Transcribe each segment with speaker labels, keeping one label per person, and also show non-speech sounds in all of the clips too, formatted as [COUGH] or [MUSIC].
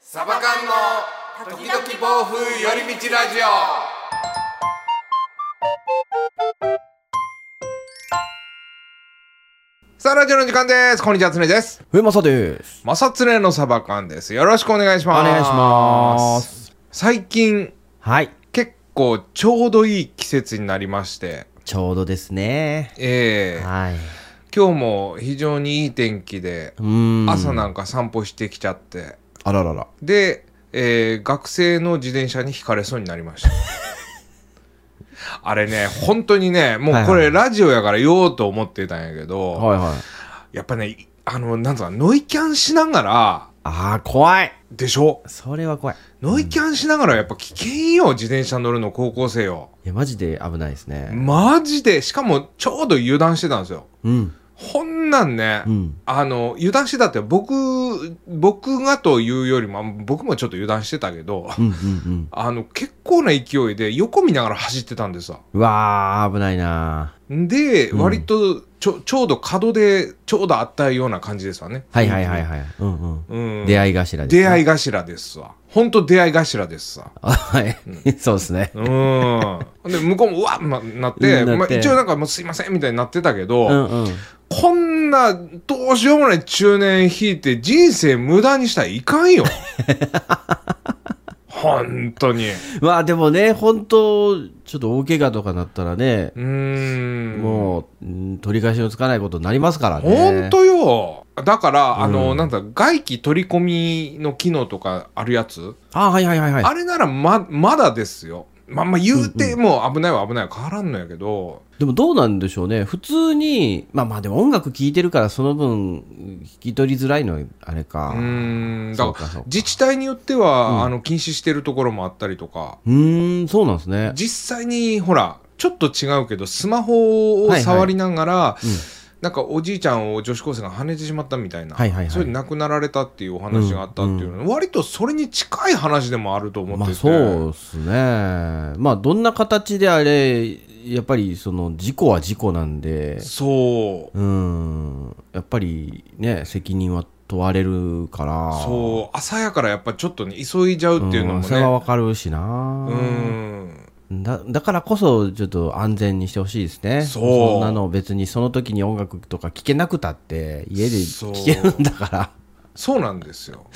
Speaker 1: サバ缶の時々暴風寄り道ラジオさあラジオの時間ですこんにちはつねです
Speaker 2: 上正です。
Speaker 1: まさつねのサバ缶ですよろしくお願いします
Speaker 2: お願いします
Speaker 1: 最近
Speaker 2: はい。
Speaker 1: 結構ちょうどいい季節になりまして
Speaker 2: ちょうどですね。
Speaker 1: ええ
Speaker 2: はい。
Speaker 1: 今日も非常にいい天気で
Speaker 2: うーん。
Speaker 1: 朝なんか散歩してきちゃって、
Speaker 2: あららら。
Speaker 1: で、えー学生の自転車にひかれそうになりました
Speaker 2: [LAUGHS]
Speaker 1: あれね本当にねもうこ
Speaker 2: は
Speaker 1: れ
Speaker 2: い
Speaker 1: ラジオやから言おうと思ってたんやけど、
Speaker 2: はいはい。
Speaker 1: やっぱねいあのなんつうかノイキャンしながら
Speaker 2: ああ、怖い。
Speaker 1: でしょ
Speaker 2: それは怖い。
Speaker 1: ノイキャンしながらやっぱ危険よ自転車乗るの高校生よ
Speaker 2: いや、マジで危ないですね。
Speaker 1: マジでしかもちょうど油断してたんですよ
Speaker 2: うん。
Speaker 1: こんなんね、
Speaker 2: うん。
Speaker 1: あの油断してたって僕僕がというよりも僕もちょっと油断してたけど、
Speaker 2: うんうんうん。
Speaker 1: あの結構な勢いで横見ながら走ってたんですわ
Speaker 2: うわー、危ないな
Speaker 1: で、
Speaker 2: うん
Speaker 1: 割とちょちょうど角でちょうどあったような感じですわね
Speaker 2: はいはいはいはい。うんうん。
Speaker 1: うん
Speaker 2: 出会い頭です、
Speaker 1: 出会い
Speaker 2: い。
Speaker 1: 頭ですわ本当出会い頭ですわ
Speaker 2: あはい。そうですね。
Speaker 1: うんで向こうもうわっ、ま、なって
Speaker 2: うんな
Speaker 1: ま
Speaker 2: って
Speaker 1: あ、一応なんかもうすいませんみたいになってたけど、
Speaker 2: うんうん。
Speaker 1: こんなどうしようもない中年引いて人生無駄にしたらいか
Speaker 2: [LAUGHS]
Speaker 1: んよ本当に
Speaker 2: まあでもね、本当ちょっと大怪我とかなったらね、
Speaker 1: うーん
Speaker 2: もう、うん取り返しのつかないことになりますからね。
Speaker 1: 本当よだから、あの
Speaker 2: うん
Speaker 1: なんだ外気取り込みの機能とかあるやつ、
Speaker 2: あーはいはいはいはい。
Speaker 1: あれならままだですよまあまあ言うてもう危ないは危ないは変わらんのやけど、
Speaker 2: でもどうなんでしょうね普通にまあまあでも音楽聴いてるからその分聞き取りづらいのはあれ
Speaker 1: う
Speaker 2: か
Speaker 1: ーんだ
Speaker 2: そう
Speaker 1: か
Speaker 2: からそうか
Speaker 1: 自治体によっては、
Speaker 2: うん
Speaker 1: あの禁止してるところもあったりとか
Speaker 2: うーんそうなんですね
Speaker 1: 実際にほらちょっと違うけどスマホを
Speaker 2: はいはい
Speaker 1: 触りながら、
Speaker 2: うん
Speaker 1: なんかおじいちゃんを女子高生が跳ねてしまったみたいな、
Speaker 2: はいはいはい
Speaker 1: それで亡くなられたっていうお話があったっていうのは、割とそれに近い話でもあると思ってて、
Speaker 2: まあそうですねまあどんな形であれやっぱりその事故は事故なんで
Speaker 1: そう
Speaker 2: うーんやっぱりね責任は問われるから
Speaker 1: そう朝やからやっぱちょっとね急いじゃうっていうの
Speaker 2: ん
Speaker 1: も
Speaker 2: それは
Speaker 1: ね
Speaker 2: わかるしな
Speaker 1: うん
Speaker 2: だだからこそちょっと安全にしてほしいですね
Speaker 1: そうん
Speaker 2: なの別にその時に音楽とか聴けなくたって家で
Speaker 1: そう
Speaker 2: 聴けるんだか
Speaker 1: そうなんですよ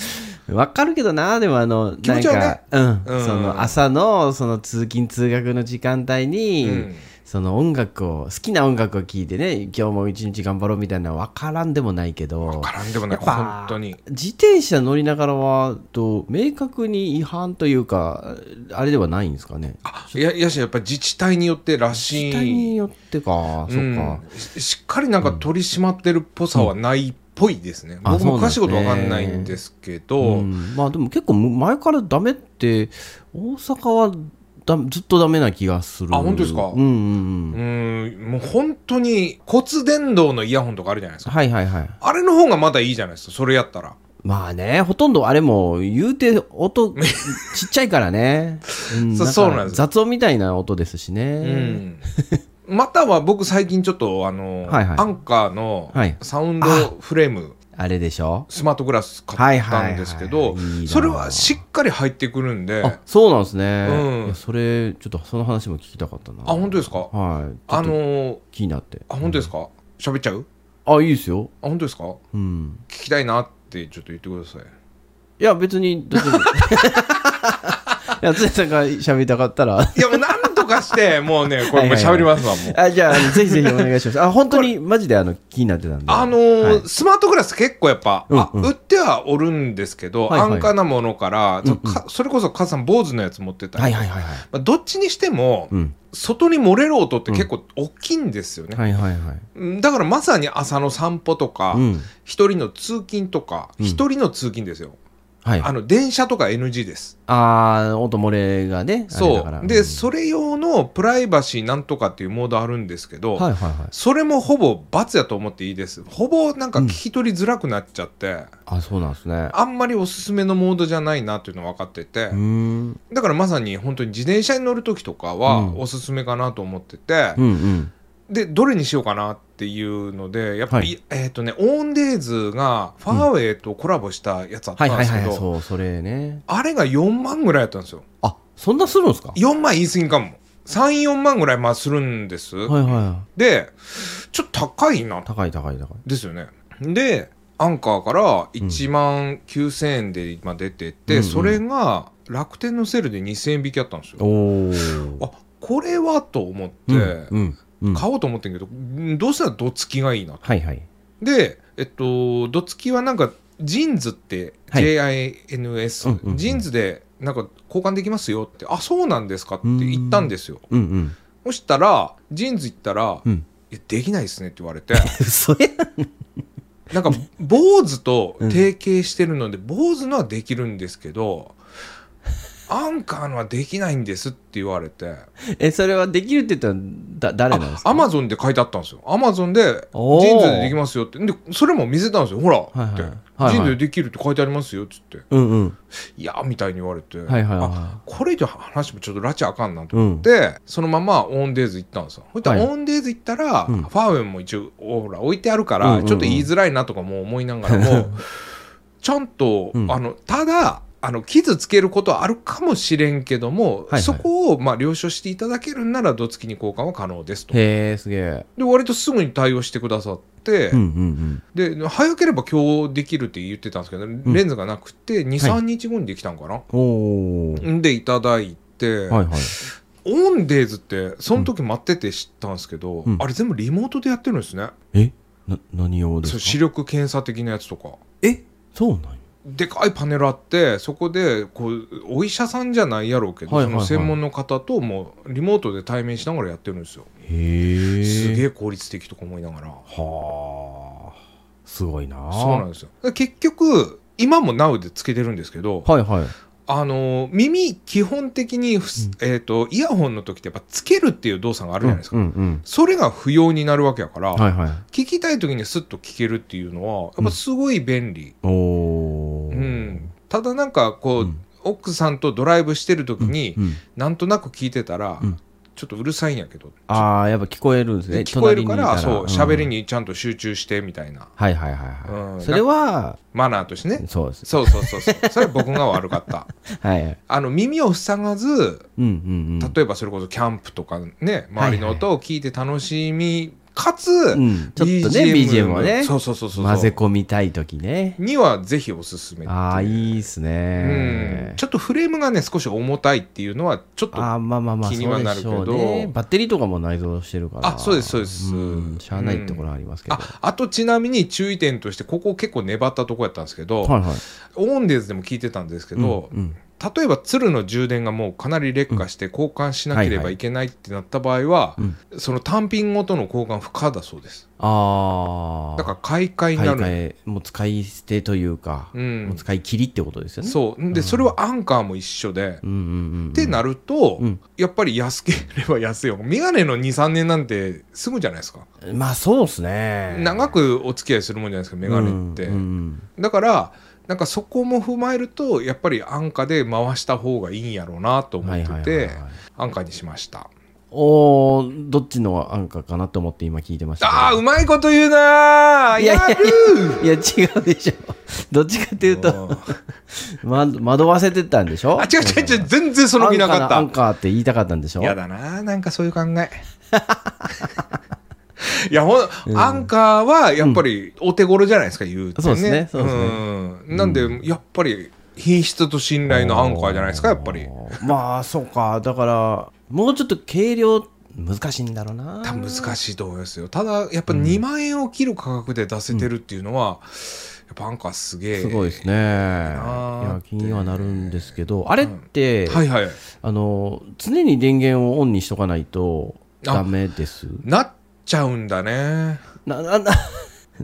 Speaker 2: ら [LAUGHS] わかるけどなでもあの
Speaker 1: 気持ちはね
Speaker 2: なんか、うん
Speaker 1: うん
Speaker 2: その朝のその通勤通学の時間帯に、
Speaker 1: うん
Speaker 2: その音楽を好きな音楽を聴いてね今日も一日頑張ろうみたいなのはわからんでもないけど
Speaker 1: 絡んでもな
Speaker 2: や
Speaker 1: い
Speaker 2: っぱ
Speaker 1: 本当に
Speaker 2: 自転車乗りながらはと明確に違反というかあれではないんですかね
Speaker 1: あいやいやしやっぱ自治体によってらしい
Speaker 2: 自治体によってか、
Speaker 1: うん
Speaker 2: そっか
Speaker 1: ししっかりなんか取り締まってるっぽさはないっぽいですね、
Speaker 2: あ
Speaker 1: 僕
Speaker 2: そう
Speaker 1: も
Speaker 2: なんで
Speaker 1: 詳しい
Speaker 2: す
Speaker 1: こ
Speaker 2: ね
Speaker 1: とわかんないんですけど
Speaker 2: うんまあでも結構む前からダメって大阪はだずっとダメな気がする
Speaker 1: あ本当ですか
Speaker 2: うんうん
Speaker 1: う
Speaker 2: うんん
Speaker 1: もう本当に骨伝導のイヤホンとかあるじゃないですか
Speaker 2: はいはいはい
Speaker 1: あれの方がまだいいじゃないですかそれやったら
Speaker 2: まあねほとんどあれも言うて
Speaker 1: [LAUGHS]
Speaker 2: 音ちっちゃいからね、うん
Speaker 1: そう
Speaker 2: だから
Speaker 1: そうなんです
Speaker 2: 雑音みたいな音ですし
Speaker 1: う
Speaker 2: ね、
Speaker 1: んまたは僕最近ちょっとあの、
Speaker 2: はいはい
Speaker 1: アンカーの
Speaker 2: はい
Speaker 1: サウンドフレーム、
Speaker 2: あれでしょ
Speaker 1: スマートグラス
Speaker 2: は
Speaker 1: 買
Speaker 2: い
Speaker 1: っ
Speaker 2: はい
Speaker 1: た
Speaker 2: はい
Speaker 1: んですけど
Speaker 2: いいな
Speaker 1: それはしっかり入ってくるんで
Speaker 2: あ
Speaker 1: あ
Speaker 2: そうなんですね、
Speaker 1: うん
Speaker 2: いやそれちょっとその話も聞きたかったな
Speaker 1: 本当ですか
Speaker 2: はい
Speaker 1: あ
Speaker 2: あ
Speaker 1: の
Speaker 2: の
Speaker 1: ー
Speaker 2: 気になって
Speaker 1: あ本当ですか喋っちゃう
Speaker 2: あいいですよ
Speaker 1: あ本当ですか
Speaker 2: うん
Speaker 1: 聞きたいなってちょっと言ってください
Speaker 2: いや、別に、大丈夫 [LAUGHS] いや、つねさんが喋りたかったら。
Speaker 1: いやもうなんとかして
Speaker 2: [LAUGHS]
Speaker 1: もうねこれもう
Speaker 2: はいはいはい
Speaker 1: 喋りますわもう
Speaker 2: あじゃああの、ぜひぜひお願いし [LAUGHS] ます。あ、本当に、マジで、あの、気になってたんで。
Speaker 1: あのー
Speaker 2: はい
Speaker 1: スマートグラス結構やっぱ、あ
Speaker 2: うんうん
Speaker 1: 売ってはおるんですけど、
Speaker 2: はいはい
Speaker 1: 安価なものから、
Speaker 2: うんうん
Speaker 1: かそれこそ母さん坊主のやつ持ってたり、
Speaker 2: はいはいはいはい。
Speaker 1: まあ、どっちにしても、
Speaker 2: うん。
Speaker 1: 外に漏れる音って結構大きいんですよね、
Speaker 2: はいはいはい。
Speaker 1: うんだからまさに朝の散歩とか
Speaker 2: うん。
Speaker 1: 一、人の通勤とか
Speaker 2: うん
Speaker 1: 一、人の通勤ですよ
Speaker 2: はい。
Speaker 1: あの電車とか NG です
Speaker 2: あー、音漏れがね、あれだから
Speaker 1: そうで、
Speaker 2: ん
Speaker 1: それ用のプライバシーなんとかっていうモードあるんですけど、
Speaker 2: はいはいはい。
Speaker 1: それもほぼ罰やと思っていいですほぼなんか聞き取りづらくなっちゃって、
Speaker 2: あ、そうなんですね。
Speaker 1: あんまりおすすめのモードじゃないなっていうの分かってて、
Speaker 2: うーん。
Speaker 1: だからまさに本当に自転車に乗る時とかは
Speaker 2: うん
Speaker 1: おすすめかなと思ってて
Speaker 2: うんう、ん。
Speaker 1: でどれにしようかなっていうのでやっぱり、
Speaker 2: は
Speaker 1: えっ、とねオーンデイズがファーウェイとコラボしたやつあっ
Speaker 2: は
Speaker 1: た
Speaker 2: い
Speaker 1: ん
Speaker 2: は
Speaker 1: で
Speaker 2: い
Speaker 1: すけ
Speaker 2: はいはい
Speaker 1: ど
Speaker 2: そうそれね
Speaker 1: あれが4万ぐらいやったんですよ
Speaker 2: あそんなするんですか
Speaker 1: 4万言い過ぎかも34万ぐらいまあするんです、
Speaker 2: はいは
Speaker 1: でちょっと高いない
Speaker 2: 高い高い高い
Speaker 1: ですよねでアンカーから1万9000円で今出てて、
Speaker 2: うんうん
Speaker 1: それが楽天のセールで2000円引きあったんですよ、
Speaker 2: おお
Speaker 1: あこれはと思って、
Speaker 2: うんうん
Speaker 1: 買おうと思ってんけどんどうせならどつきがいいなと
Speaker 2: はいはい
Speaker 1: でえっとどつきはなんかジーンズって
Speaker 2: はい
Speaker 1: JINS、
Speaker 2: うんうんうん
Speaker 1: ジーンズでなんか交換できますよってあそうなんですかって言ったんですよ
Speaker 2: うんうん
Speaker 1: そしたらジーンズ行ったら、
Speaker 2: [LAUGHS] うん
Speaker 1: いやできないですねって言わ
Speaker 2: [LAUGHS]
Speaker 1: れて
Speaker 2: それ
Speaker 1: なんか坊主と提携してるので、坊主のはできるんですけどアンカーのはできないんですって言われて
Speaker 2: えそれはできるって言ったらだ誰なんですか
Speaker 1: アマゾンで書いてあったんですよアマゾンでジ
Speaker 2: おー
Speaker 1: ーンズでできますよってでそれも見せたんですよほら、
Speaker 2: いはい
Speaker 1: って、
Speaker 2: はいはい
Speaker 1: ジーンズでできるって書いてありますよっつって
Speaker 2: うんうん
Speaker 1: いやーみたいに言われて、
Speaker 2: はいはい
Speaker 1: あ
Speaker 2: は
Speaker 1: これ以上話もちょっと拉致あかんなと
Speaker 2: いうん
Speaker 1: でそのままオンデイズ行ったんですよそしたら
Speaker 2: はい
Speaker 1: オンデイズ行ったら、
Speaker 2: うん
Speaker 1: ファーウェイも一応ほら置いてあるか
Speaker 2: うん
Speaker 1: ら、
Speaker 2: うんうん
Speaker 1: ちょっと言いづらいなとかも思いながら
Speaker 2: [LAUGHS]
Speaker 1: もちゃんと、
Speaker 2: うん
Speaker 1: あのただあの傷つけることはあるかもしれんけども、
Speaker 2: はいはい
Speaker 1: そこを、まあ、了承していただけるならどつきに交換は可能ですと
Speaker 2: へえすげえ
Speaker 1: で割とすぐに対応してくださって、
Speaker 2: うんうん
Speaker 1: で早ければ今日できるって言ってたんですけど、レンズがなくて23日後にできたんかな、
Speaker 2: うんおお
Speaker 1: んでいただいて、
Speaker 2: はいはい
Speaker 1: オンデイズってその時待ってて知ったんですけど、
Speaker 2: うん
Speaker 1: あれ全部リモートでやってるんですね、
Speaker 2: えな何用で
Speaker 1: そう
Speaker 2: す
Speaker 1: 視
Speaker 2: か
Speaker 1: 力検査的なやつとか
Speaker 2: えそうなんや
Speaker 1: でかいパネルあってそこでこうお医者さんじゃないやろうけど、
Speaker 2: はいはいはい
Speaker 1: その専門の方ともうリモートで対面しながらやってるんですよ、
Speaker 2: へえ
Speaker 1: すげ
Speaker 2: え
Speaker 1: え効率的とか思いながら
Speaker 2: はあすごいな
Speaker 1: そうなんですよで結局今も Now でつけてるんですけど、
Speaker 2: はいはい
Speaker 1: あのー耳基本的にふす、えー、とイヤホンの時ってやっぱつけるっていう動作があるじゃないですか、
Speaker 2: うんうん
Speaker 1: それが不要になるわけやから、
Speaker 2: うんはいはい
Speaker 1: 聞きたい時にスッと聞けるっていうのはやっぱすごい便利、
Speaker 2: おお
Speaker 1: うんただなんかこう、
Speaker 2: うん
Speaker 1: 奥さんとドライブしてる時に、
Speaker 2: うん
Speaker 1: なんとなく聞いてたら、
Speaker 2: うん
Speaker 1: ちょっとうるさいんやけど
Speaker 2: ああやっぱ聞こえるんですね
Speaker 1: 聞こえるから
Speaker 2: 隣にいた
Speaker 1: そう喋り
Speaker 2: ん
Speaker 1: にちゃんと集中してみたいな
Speaker 2: はいはいはいは
Speaker 1: う
Speaker 2: い、
Speaker 1: ん
Speaker 2: それは
Speaker 1: マナーとしてね
Speaker 2: そうです
Speaker 1: そうそうそう [LAUGHS] そうそれは僕が悪かった
Speaker 2: はいはい
Speaker 1: あの耳を塞がず
Speaker 2: うんうんうん
Speaker 1: 例えばそれこそキャンプとかね周りの音を聞いて楽しみかつ、
Speaker 2: うんちょっとね BGM をね
Speaker 1: そうそうそうそう
Speaker 2: 混ぜ込みたい時ね
Speaker 1: にはぜひおすすめっていう
Speaker 2: ああいいっす
Speaker 1: うん
Speaker 2: ね
Speaker 1: ちょっとフレームがね少し重たいっていうのはちょっと
Speaker 2: あーまあまあまあ
Speaker 1: 気
Speaker 2: そ
Speaker 1: には
Speaker 2: う
Speaker 1: な
Speaker 2: で
Speaker 1: るけ
Speaker 2: し
Speaker 1: ど
Speaker 2: ょうねバッテリーとかも内蔵してるから
Speaker 1: あそうですそうです
Speaker 2: んしゃあないところはありますけど、
Speaker 1: ああとちなみに注意点としてここ結構粘ったとこやったんですけど、
Speaker 2: はいはい
Speaker 1: オーンデーズでも聞いてたんですけど、
Speaker 2: うんうん
Speaker 1: 例えば鶴の充電がもうかなり劣化して交換しなければいけないってなった場合は、
Speaker 2: うん
Speaker 1: その単品ごとの交換不可だそうです
Speaker 2: ああ
Speaker 1: だから買い替えに
Speaker 2: 買い
Speaker 1: なる、
Speaker 2: 替えもう使い捨てというか、
Speaker 1: うん
Speaker 2: もう使い切りってことですよね
Speaker 1: そうで、それはアンカーも一緒で、
Speaker 2: うんうんうんうん
Speaker 1: ってなると、
Speaker 2: うん
Speaker 1: やっぱり安ければ安い [LAUGHS] よ眼鏡の23年なんてすぐじゃないですか
Speaker 2: まあそうですね
Speaker 1: 長くお付き合いするもんじゃないですか眼鏡って、
Speaker 2: うんうん
Speaker 1: だからなんかそこも踏まえるとやっぱり安価で回した方がいいんやろうなと
Speaker 2: うん
Speaker 1: 思
Speaker 2: は
Speaker 1: っ
Speaker 2: い
Speaker 1: てて、
Speaker 2: はいはいはい
Speaker 1: 安価にしました
Speaker 2: おおどっちの安価かなと思って今聞いてましたけど
Speaker 1: あーうまいこと言うなー
Speaker 2: いや
Speaker 1: や
Speaker 2: いやいや
Speaker 1: る
Speaker 2: いや違うでしょどっちかっていうと、ま、惑わせてたんでしょ
Speaker 1: [LAUGHS] あ違う違う違う全然その気なかっ
Speaker 2: アン
Speaker 1: た
Speaker 2: カーって言いたかったんでしょ
Speaker 1: やだなーなんかそういう考え [LAUGHS] いやほん、アンカーはやっぱりお手頃じゃないですか言うてね
Speaker 2: そうですねそうですね
Speaker 1: んなんで、やっぱり品質と信頼のアンカーじゃないですかやっぱり
Speaker 2: まあそうかだからもうちょっと軽量難しいんだろうな
Speaker 1: 多分難しいと思いますよただやっぱ2万円を切る価格で出せてるっていうのは、やっぱアンカーすげえ
Speaker 2: すごいですねい
Speaker 1: ー
Speaker 2: や気にはなるんですけどあれって、
Speaker 1: はいはい
Speaker 2: あの常に電源をオンにしとかないと
Speaker 1: あ
Speaker 2: ダメです
Speaker 1: なっちゃうんだね
Speaker 2: ななな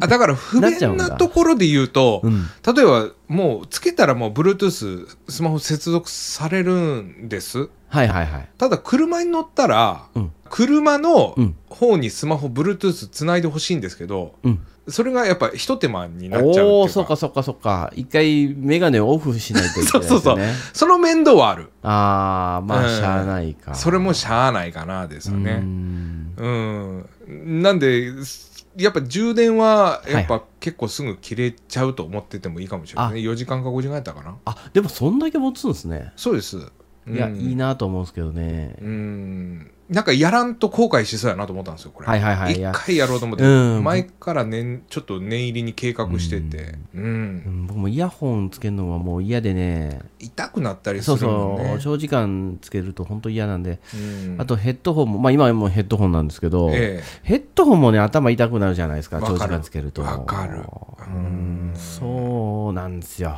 Speaker 1: あだから不
Speaker 2: なっちゃう
Speaker 1: 便
Speaker 2: んだ
Speaker 1: なところで言うと
Speaker 2: うん
Speaker 1: 例えばもうつけたらもう Bluetooth スマホ接続されるんです
Speaker 2: はいはいはい
Speaker 1: ただ車に乗ったら、
Speaker 2: うん
Speaker 1: 車の
Speaker 2: うん
Speaker 1: 方にスマホ Bluetooth つないでほしいんですけど
Speaker 2: うん
Speaker 1: それがやっぱ一手間になっちゃうっていうか
Speaker 2: おおーそっかそっかそっか一回メガネをオフしないといけないです
Speaker 1: [LAUGHS] そう
Speaker 2: よね
Speaker 1: そうそうその面倒はある
Speaker 2: ああまあ
Speaker 1: うん
Speaker 2: しゃあないか
Speaker 1: それもしゃあないかなですよね
Speaker 2: うーん
Speaker 1: うん、なんで、すやっぱ充電はやっぱ結構すぐ切れちゃうと思っててもいいかもしれないね、4時間か5時間やったかな。
Speaker 2: あでもそんだけ持つんですね
Speaker 1: そうです。うん
Speaker 2: いや、いいなと思うんですけどね
Speaker 1: うん、なんかやらんと後悔しそうやなと思ったんですよ、これ。
Speaker 2: はいはいはいい
Speaker 1: 一
Speaker 2: や
Speaker 1: 回やろうと思って、
Speaker 2: うん
Speaker 1: 前から、ね、ちょっと念入りに計画してて、うん
Speaker 2: うん僕もイヤホンつけるのはもう嫌でね
Speaker 1: 痛くなったりす
Speaker 2: そう
Speaker 1: るもん
Speaker 2: そ
Speaker 1: ね。
Speaker 2: う長時間つけると本当嫌なんで、
Speaker 1: うん
Speaker 2: あとヘッドホンもまあ今はもうヘッドホンなんですけど、
Speaker 1: え
Speaker 2: ヘッドホンもね頭痛くなるじゃないですか
Speaker 1: わか
Speaker 2: 長
Speaker 1: る
Speaker 2: 時間つけると
Speaker 1: わかる
Speaker 2: うんそうなんですよ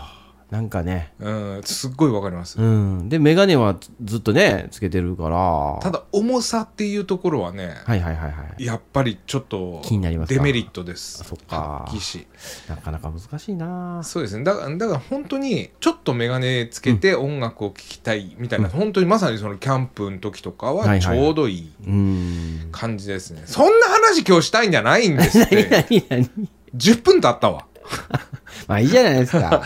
Speaker 2: なんかね
Speaker 1: えうん、すっごいわかります。
Speaker 2: うんで眼鏡はずずっとねつけてるから
Speaker 1: ただ、重さっていうところはね、
Speaker 2: はいはいはいはい
Speaker 1: やっぱりちょっと
Speaker 2: 気になりますか
Speaker 1: デメリットです。
Speaker 2: あそっか
Speaker 1: 発揮し
Speaker 2: なかなか難しいな
Speaker 1: そうですねだからだから本当にちょっと眼鏡つけて音楽を聴きたいみたいな、本当にまさにそのキャンプの時とか
Speaker 2: はいは
Speaker 1: はいちょうどいい
Speaker 2: うん [LAUGHS]
Speaker 1: 感じですね、そんな話今日したいんじゃないんですって
Speaker 2: 何何
Speaker 1: 10分経ったわ
Speaker 2: まあいいじゃないです
Speaker 1: [LAUGHS]
Speaker 2: か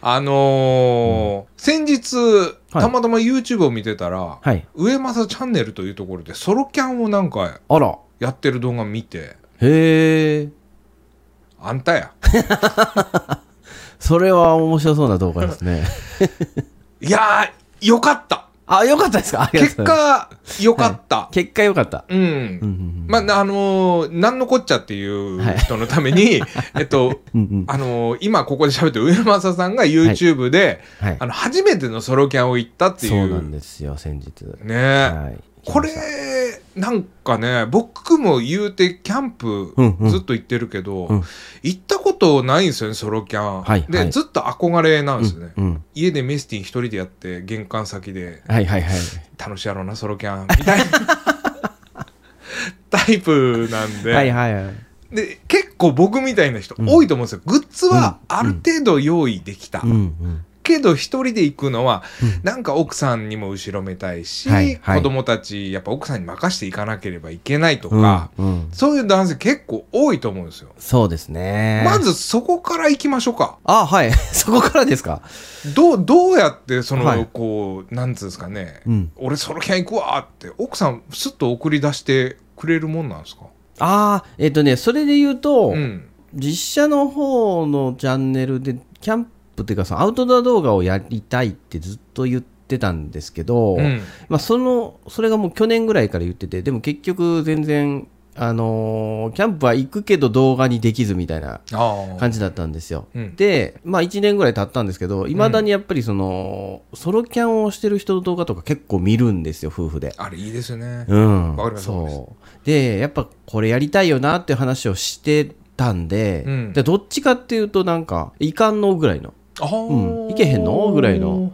Speaker 1: あのー先日
Speaker 2: はい
Speaker 1: たまたま YouTube を見てたら、
Speaker 2: はい
Speaker 1: 上政チャンネルというところでソロキャンをなんか
Speaker 2: あら
Speaker 1: やってる動画見て
Speaker 2: へえ
Speaker 1: あんたや
Speaker 2: それは面白そうな動画で
Speaker 1: [LAUGHS]
Speaker 2: すね
Speaker 1: いやーよかった
Speaker 2: あよかったですかありがと
Speaker 1: 結
Speaker 2: うございま
Speaker 1: 果よかった、
Speaker 2: す結果よかった
Speaker 1: うん、
Speaker 2: うんうん
Speaker 1: まあ、なあのー、なんのこっちゃっていう人のために、 [LAUGHS] えっと、
Speaker 2: うんうんうん
Speaker 1: あのー今ここで喋ってる上政さんが YouTube で、
Speaker 2: はい
Speaker 1: あの、初めてのソロキャンを行ったってい
Speaker 2: そう
Speaker 1: う。
Speaker 2: なんですよ先日
Speaker 1: ねえ、
Speaker 2: はい
Speaker 1: これ、なんかね、僕も言うてキャンプ
Speaker 2: うんうん
Speaker 1: ずっと行ってるけど、
Speaker 2: うん
Speaker 1: 行ったことないんですよね、ソロキャン。
Speaker 2: はい
Speaker 1: で、
Speaker 2: はい
Speaker 1: ずっと憧れなんですよね。
Speaker 2: うんうん
Speaker 1: 家でメスティン一人でやって、玄関先で
Speaker 2: はいはいはい
Speaker 1: 楽しいやろうな、ソロキャン、みたいな
Speaker 2: [LAUGHS]
Speaker 1: タイプなんで。
Speaker 2: はいはいはい
Speaker 1: で結構僕みたいな人
Speaker 2: ん
Speaker 1: 多いと思うんですよ、グッズはある程度用意できた、
Speaker 2: うんうん
Speaker 1: けど一人で行くのは、
Speaker 2: うん
Speaker 1: なんか奥さんにも後ろめたいし、
Speaker 2: はいはい
Speaker 1: 子供たちやっぱ奥さんに任していかなければいけないとか、
Speaker 2: うんうん
Speaker 1: そういう男性結構多いと思うんですよ、
Speaker 2: そうですね
Speaker 1: まずそこから行きましょうか
Speaker 2: あはい [LAUGHS] そこからですか
Speaker 1: どうどうやってその、
Speaker 2: はい
Speaker 1: こうなんつうんですかね、
Speaker 2: うん
Speaker 1: 俺ソロキャン行くわって奥さんすっと送り出してくれるもんなんですか
Speaker 2: ああえっ、とねそれで言うと、
Speaker 1: うん
Speaker 2: 実写の方のチャンネルでキャンプっていうかそのアウトドア動画をやりたいってずっと言ってたんですけど、
Speaker 1: うん
Speaker 2: まあ、そのそれがもう去年ぐらいから言っててでも結局全然あのーキャンプは行くけど動画にできずみたいな
Speaker 1: ああ
Speaker 2: 感じだったんですよ、
Speaker 1: うん
Speaker 2: で、まあ、1年ぐらい経ったんですけどいまだにやっぱりその、ソロキャンをしてる人の動画とか結構見るんですよ夫婦で
Speaker 1: あれいいですよね、
Speaker 2: うん
Speaker 1: わかりますわかり
Speaker 2: そうでやっぱこれやりたいよなっていう話をしてたんで,、
Speaker 1: うん
Speaker 2: でどっちかっていうとなんかいかんのぐらいの
Speaker 1: ああ、
Speaker 2: うんいけへんのぐらいの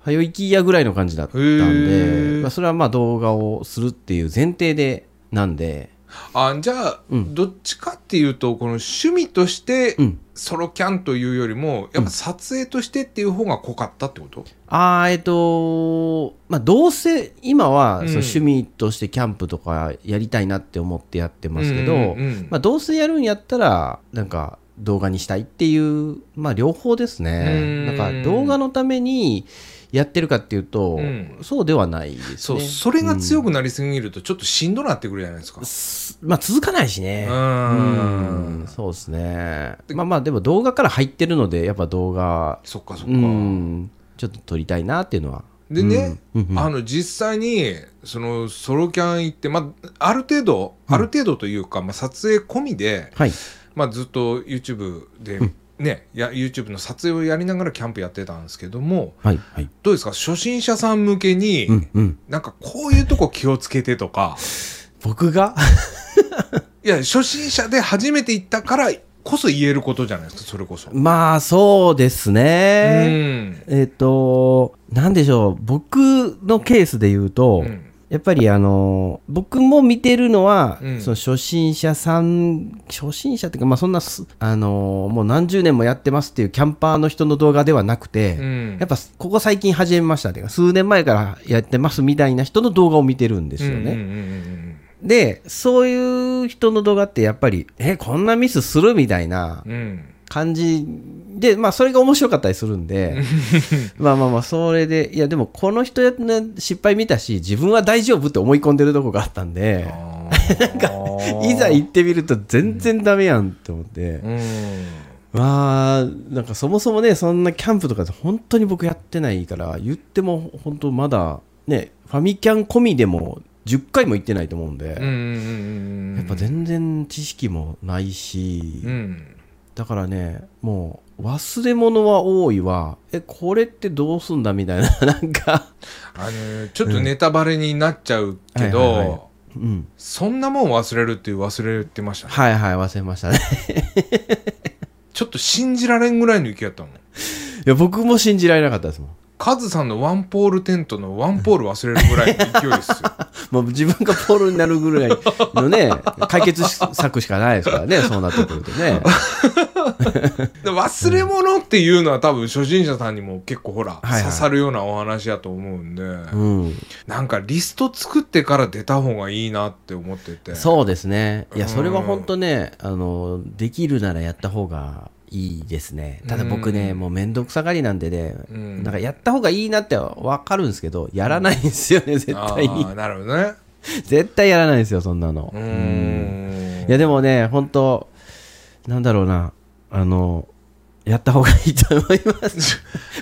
Speaker 2: はよ行きやぐらいの感じだったん
Speaker 1: へ
Speaker 2: で
Speaker 1: ー、
Speaker 2: まあ、それはまあ動画をするっていう前提でなんで
Speaker 1: あじゃあ、
Speaker 2: うん
Speaker 1: どっちかっていうとこの趣味として
Speaker 2: うん
Speaker 1: ソロキャンというよりもやっぱ撮影としてっていう方が濃かったってこと、
Speaker 2: あーえっとまあどうせ今は
Speaker 1: うん
Speaker 2: その趣味としてキャンプとかやりたいなって思ってやってますけど、
Speaker 1: うんうんうん
Speaker 2: まあ、どうせやるんやったらなんか動画にしたいっていう、まあ、両方ですね
Speaker 1: う
Speaker 2: なんんか動画のためにやってるかっていうと、
Speaker 1: うん
Speaker 2: そうではないですね
Speaker 1: そうそれが強くなりすぎるとちょっとしんどなってくるじゃないですか、
Speaker 2: すまあ続かないしね
Speaker 1: う
Speaker 2: うん
Speaker 1: ん
Speaker 2: そうですねまあまあでも動画から入ってるのでやっぱ動画
Speaker 1: そっかそっか、
Speaker 2: うんちょっと撮りたいなっていうのは
Speaker 1: でね、
Speaker 2: うんうんうん
Speaker 1: あの実際にそのソロキャン行って、まあ、ある程度ある程度というか、まあ、撮影込みで、
Speaker 2: はい
Speaker 1: まあ、ずっと YouTube で、ねや YouTube の撮影をやりながらキャンプやってたんですけども
Speaker 2: はいはい
Speaker 1: どうですか初心者さん向けに、
Speaker 2: うんうん
Speaker 1: なんかこういうとこ気をつけてとか、
Speaker 2: 僕が [LAUGHS]
Speaker 1: いや、初心者で初めて行ったからこそ言えることじゃないですか、それこそ。
Speaker 2: まあそうですねえっ、となんでしょう僕のケースで言うと、
Speaker 1: うん。うん。
Speaker 2: やっぱりあの僕も見てるのは、
Speaker 1: うん
Speaker 2: その初心者さん初心者っていうかまあそんなすあのもう何十年もやってますっていうキャンパーの人の動画ではなくて、
Speaker 1: うん
Speaker 2: やっぱここ最近始めましたっていうか数年前からやってますみたいな人の動画を見てるんです
Speaker 1: う
Speaker 2: よ
Speaker 1: んう
Speaker 2: ね、
Speaker 1: んうん
Speaker 2: でそういう人の動画ってやっぱりえこんなミスするみたいな
Speaker 1: うんうん。
Speaker 2: 感じでまあそれが面白かったりする
Speaker 1: [LAUGHS]
Speaker 2: んでまあまあまあそれでいやでもこの人や、ね、失敗見たし自分は大丈夫って思い込んでるとこがあったん
Speaker 1: うん
Speaker 2: で
Speaker 1: あー
Speaker 2: いざ行ってみると全然ダメやんって思って、
Speaker 1: うん
Speaker 2: まあなんかそもそもねそんなキャンプとかって本当に僕やってないから言っても本当まだねファミキャン込みでも10回も行ってないと思うんで、
Speaker 1: うんうんうんうん
Speaker 2: やっぱ全然知識もないし、
Speaker 1: うん
Speaker 2: だからねもう忘れ物は多いわえこれってどうすんだみたいな [LAUGHS] なんか
Speaker 1: あのちょっとネタバレになっちゃうけど、
Speaker 2: はいはいはいうん
Speaker 1: そんなもん忘れるっていう忘れてましたね
Speaker 2: はいはい忘れましたね [LAUGHS]
Speaker 1: ちょっと信じられんぐらいの勢いやったもん
Speaker 2: いや僕も信じられなかったですもん
Speaker 1: カズさんのワンポールテントのワンポール忘れるぐらいの勢いです
Speaker 2: [LAUGHS]
Speaker 1: よ
Speaker 2: もう自分がポールになるぐらいのね [LAUGHS] 解決策しかないですからねそうなってくるとね
Speaker 1: で忘れ物っていうのは多分初心者さんにも結構ほら、
Speaker 2: はいはい
Speaker 1: 刺さるようなお話やと思うんで、
Speaker 2: うん
Speaker 1: なんかリスト作ってから出た方がいいなって思ってて
Speaker 2: そうですね。いや、
Speaker 1: うん
Speaker 2: それは本当ね、あの、できるならやった方がいいですね。ただ僕ね、
Speaker 1: うん
Speaker 2: もうめんどくさがりなんでね、
Speaker 1: うん
Speaker 2: なんかやった方がいいなってわかるんですけど、やらないんですよね、絶対に
Speaker 1: あ。ーなるほどね
Speaker 2: 絶対やらないですよ、そんなの。
Speaker 1: うー
Speaker 2: うん
Speaker 1: ん
Speaker 2: いや、でもね、本当なんだろうな、あの、やった方がいいと思い
Speaker 1: [LAUGHS]
Speaker 2: ます。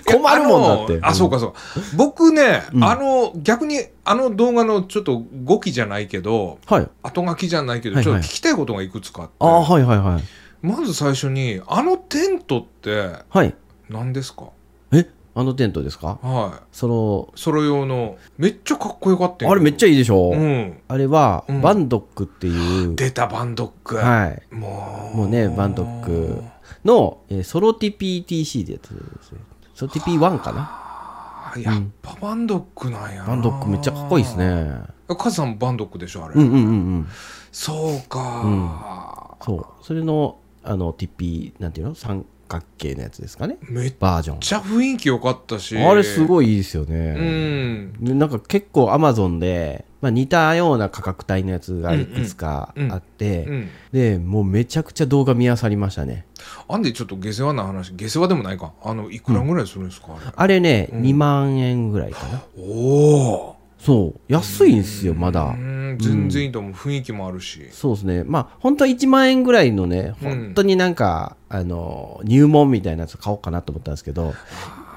Speaker 2: 困るもんだっ
Speaker 1: い
Speaker 2: て
Speaker 1: や。あのあそうかそうか僕ね、
Speaker 2: うん
Speaker 1: あの逆にあの動画のちょっと語気じゃないけど
Speaker 2: うん。はい。
Speaker 1: 後書きじゃないけど、
Speaker 2: はい
Speaker 1: ちょっ
Speaker 2: は
Speaker 1: と
Speaker 2: い
Speaker 1: 聞きたいことがいくつかあって
Speaker 2: ああ、はいはいはい。
Speaker 1: まず最初にあのテントって
Speaker 2: はい。
Speaker 1: 何ですか
Speaker 2: えあのテントですか
Speaker 1: は
Speaker 2: その、
Speaker 1: いそれ用のめっちゃかっこよかった
Speaker 2: あれめっちゃ
Speaker 1: ゃ
Speaker 2: いいでしょ
Speaker 1: うん
Speaker 2: あれは、
Speaker 1: うん
Speaker 2: バンドックっていう、
Speaker 1: 出たバンドック、
Speaker 2: はい、
Speaker 1: もう
Speaker 2: もうねバンドックの、えーソロティ PTC でやってるんですね。ソロティ P1 かな
Speaker 1: あーやっぱバンドックなんやな
Speaker 2: バンドックめっちゃかっこいいですね。
Speaker 1: カズさんもバンドックでしょあれ、
Speaker 2: うんうんうんうん。
Speaker 1: そうか、
Speaker 2: そう。それの、あの、ティピー、なんていうの三角形のやつですかね。
Speaker 1: めっ
Speaker 2: バージョ
Speaker 1: ちゃ雰囲気良かったし
Speaker 2: ン。あれす
Speaker 1: い
Speaker 2: ごいいいですよ
Speaker 1: う
Speaker 2: ね。
Speaker 1: ん
Speaker 2: なんか結構 Amazon で、まあ、似たような価格帯のやつがいくつかあって、
Speaker 1: うん、
Speaker 2: で、もうめちゃくちゃ動画見漁りましたね。
Speaker 1: あんでちょっと下世話な話下世話でもないかあのいくらぐらいするんですか、あれ
Speaker 2: あれね、
Speaker 1: うん
Speaker 2: 2万円ぐらいかな。
Speaker 1: おお
Speaker 2: そう。安いんですよ、まだ。
Speaker 1: 全然いいと思う雰囲気もあるし
Speaker 2: そうですね。まあ、本当は1万円ぐらいのね、
Speaker 1: うん
Speaker 2: 本当になんか、あの、入門みたいなやつ買おうかなと思ったんですけど、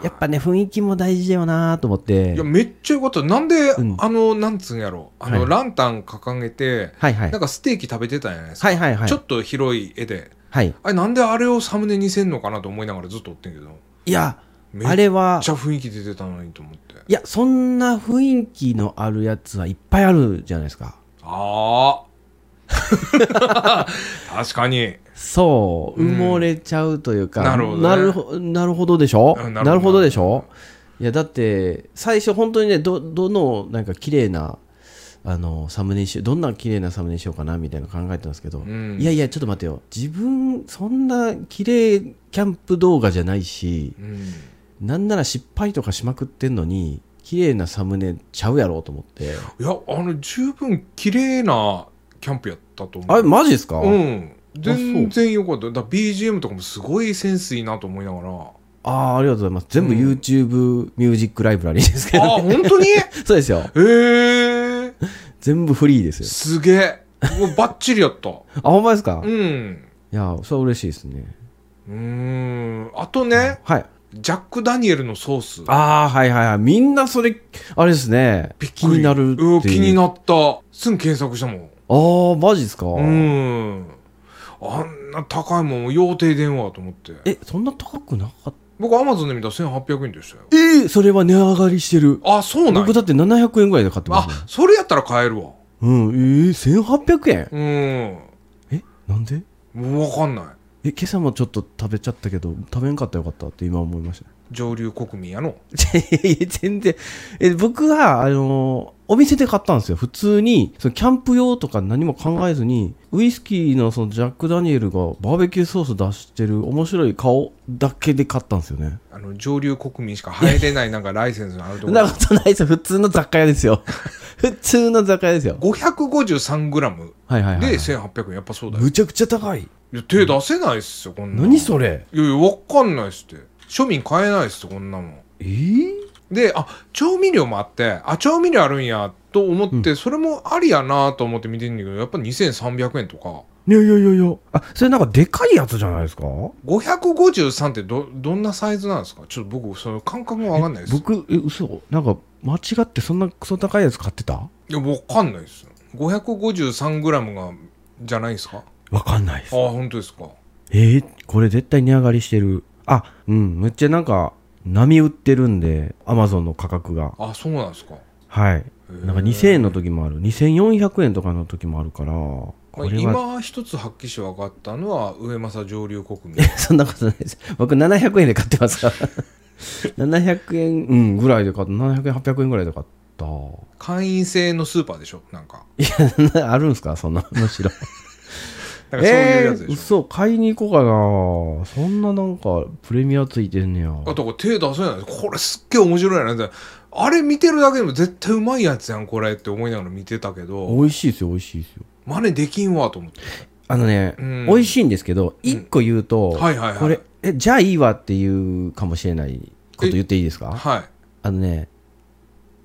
Speaker 2: やっぱね、雰囲気も大事だよなと思って
Speaker 1: いや。めっちゃ良かったなんで、
Speaker 2: うん
Speaker 1: あのなんつうんやろあの、
Speaker 2: はい
Speaker 1: ランタン掲げて
Speaker 2: はいはい。
Speaker 1: なんかステーキ食べてたじゃないですか、
Speaker 2: はいはいはい。
Speaker 1: ちょっと広い絵で
Speaker 2: はい。
Speaker 1: あれなんであれをサムネにせんのかなと思いながらずっと追ってんけど
Speaker 2: いや、
Speaker 1: め
Speaker 2: あ
Speaker 1: っ
Speaker 2: れは
Speaker 1: ち、ゃ雰囲気出てたのにと思って
Speaker 2: いや、そんな雰囲気のあるやつはいっぱいあるじゃないですか。
Speaker 1: あ
Speaker 2: [LAUGHS]
Speaker 1: あ確かに
Speaker 2: そう、
Speaker 1: うん
Speaker 2: 埋もれちゃうというか、
Speaker 1: なるほどね
Speaker 2: なるほなるほどでしょ
Speaker 1: あなるほど
Speaker 2: なるほどでしょいやだって最初本当にねどどのなんか綺麗なあのサムネにしようどんな綺麗なサムネにしようかなみたいなの考えてたんですけど、
Speaker 1: うん
Speaker 2: いやいやちょっと待てよ自分そんな綺麗キャンプ動画じゃないし
Speaker 1: うん
Speaker 2: なんなら失敗とかしまくってんのに綺麗なサムネちゃうやろうと思って
Speaker 1: いやあの十分綺麗なキャンプやったと思う
Speaker 2: あれマジですか、
Speaker 1: うん全然良かっただから BGM とかもすごいセンスいいなと思いながら
Speaker 2: ああありがとうございます全部
Speaker 1: うん
Speaker 2: YouTube ミュージックライブラリーですけど、
Speaker 1: あ本当に [LAUGHS] へ
Speaker 2: [LAUGHS] そうですよ
Speaker 1: えー、
Speaker 2: 全部フリーですよ
Speaker 1: すげえもうバッチリやった
Speaker 2: あ、ほんまですか、
Speaker 1: う
Speaker 2: い
Speaker 1: ん
Speaker 2: や、それは嬉しいですね。
Speaker 1: うーんあとね
Speaker 2: はい。
Speaker 1: ジャック・ダニエルのソース
Speaker 2: ああ、はいはいはい。みんなそれ、あれですね。
Speaker 1: びっくり
Speaker 2: 気になるっていう
Speaker 1: う。ん気になったすぐ検索したもん
Speaker 2: ああ、マジですか、
Speaker 1: うんあんな高いもん用定電話と思って
Speaker 2: え、そんな高くなかった
Speaker 1: 僕アマゾンで見たら1800円でしたよ
Speaker 2: ええそれは値上がりしてる。
Speaker 1: あそうなん
Speaker 2: 僕
Speaker 1: や
Speaker 2: だって700円ぐらいで買ってます、ね
Speaker 1: あ。それやったら買えるわ
Speaker 2: うん、ええ1800円
Speaker 1: うん
Speaker 2: え、なんで
Speaker 1: もう分かんない
Speaker 2: え、今朝もちょっと食べちゃったけど、食べんかったらよかったって今思いました。
Speaker 1: 上流国民やの
Speaker 2: いや [LAUGHS] 全然。え、僕は、あのーお店で買ったんですよ。普通に、そのキャンプ用とか何も考えずに、ウイスキーのそのジャック・ダニエルがバーベキューソース出してる面白い顔だけで買ったんですよね。
Speaker 1: あの上流国民しか入れないなんかライセンスのあると
Speaker 2: そ
Speaker 1: こ
Speaker 2: [LAUGHS] んな
Speaker 1: ろ
Speaker 2: ことないですよ。普通の雑貨屋ですよ。 [LAUGHS] 普通の雑貨屋ですよ。
Speaker 1: 553g
Speaker 2: はいはいはい、はい。
Speaker 1: で1800円やっぱそうだよ
Speaker 2: むちゃくちゃ高い。
Speaker 1: いや手出せないっすよこんな
Speaker 2: 何それ
Speaker 1: いやいや分かんないっすって庶民買えないっすよこんなもん
Speaker 2: えー、
Speaker 1: であ調味料もあってあ調味料あるんやっと思って、それもありやなと思って見てんだけどやっぱ2300円とか
Speaker 2: いやいやいやいや。あ、それなんかでかいやつじゃないですか
Speaker 1: 553ってどどんなサイズなんですかちょっと僕その感覚も分かんないですい
Speaker 2: 僕、え、嘘なんか間違ってそんなクソ高いやつ買ってた
Speaker 1: や分かんないです553グラムがじゃないですか
Speaker 2: わかんないで
Speaker 1: ああ。本当ですか
Speaker 2: えーこれ絶対値上がりしてる。あ、うん、めっちゃなんか、波打ってるんで、アマゾンの価格が。
Speaker 1: あそうなんですか
Speaker 2: はい。
Speaker 1: ー
Speaker 2: なんか2000円の時もある。2400円とかの時もあるから、こ
Speaker 1: まあ
Speaker 2: れは、
Speaker 1: 今一つ発揮して分かったのは上政上流国
Speaker 2: [LAUGHS]
Speaker 1: 民
Speaker 2: [LAUGHS] そんなことないです。僕700円で買ってます [LAUGHS] から。700円、うん、ぐらいで買った。700円、800円ぐらいで買った。 [LAUGHS]
Speaker 1: 会員制のスーパーでしょなんか
Speaker 2: あるんすかそんな、むしろ。
Speaker 1: なんかそういうやつ
Speaker 2: え
Speaker 1: で
Speaker 2: ー
Speaker 1: しょ、
Speaker 2: 嘘、買いに行こうかな。そんななんか、プレミアついてんねや。
Speaker 1: あとこれ手出せないこれすっげえ面白いなってあれ見てるだけでも絶対うまいやつやんこれって思いながら見てたけど
Speaker 2: 美味しいですよ、美味しいですよ。
Speaker 1: 真似できんわと思って
Speaker 2: あのね、
Speaker 1: うん
Speaker 2: 美味しいんですけど、一個言うと、
Speaker 1: はいはいはい
Speaker 2: これ、え、じゃあいいわっていうかもしれないこと言っていいですか
Speaker 1: はい
Speaker 2: あのね、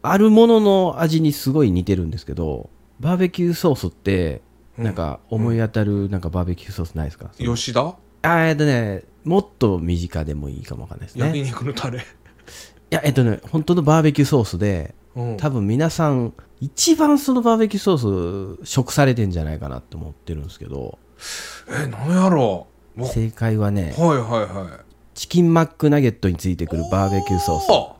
Speaker 2: あるものの味にすごい似てるんですけど、バーベキューソースって、
Speaker 1: うん
Speaker 2: なんか思い当たるなんかバーベキューソースないですか、
Speaker 1: 吉田
Speaker 2: あーえっとね、もっと身近でもいいかもわかんないですね。
Speaker 1: 焼肉のタレ、
Speaker 2: いや、えっとね、本当のバーベキューソースで、
Speaker 1: うん、
Speaker 2: 多分皆さん、一番そのバーベキューソース、食されてんじゃないかなって思ってるんですけど、
Speaker 1: え何やろうわ
Speaker 2: 正解はね、
Speaker 1: はいはいはい
Speaker 2: チキンマックナゲットについてくるバーベキューソース。
Speaker 1: お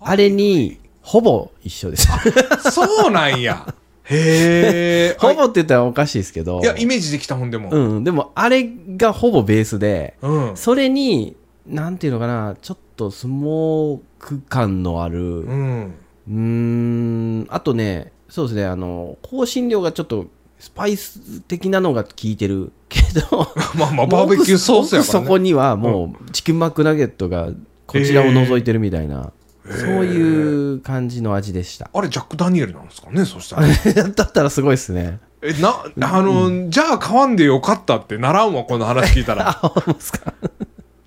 Speaker 2: あれに、ほぼ一緒です。
Speaker 1: ーそうなんやへえ
Speaker 2: [LAUGHS] ほぼって言ったらおかしいですけど、
Speaker 1: いやイメージできたほんでも
Speaker 2: うん、でもあれがほぼベースで、
Speaker 1: うん、
Speaker 2: それに、なんていうのかな、ちょっとスモーク感のあ
Speaker 1: う、
Speaker 2: る、うんーん、あとね、そうですね、あの、香辛料がちょっと、スパイス的なのが効いてるけど、
Speaker 1: [LAUGHS] まあまあバーベキューソースやから
Speaker 2: 奥
Speaker 1: ね
Speaker 2: そこにはもうチキンマックナゲットがこちらを覗いてるみたいな、そういう感じの味でした [LAUGHS]
Speaker 1: あれジャック・ダニエルなんですかねそしたら
Speaker 2: だったらすごいですね
Speaker 1: えなあの、じゃあ買わんでよかったってならんわこの話聞いた
Speaker 2: [LAUGHS]
Speaker 1: ら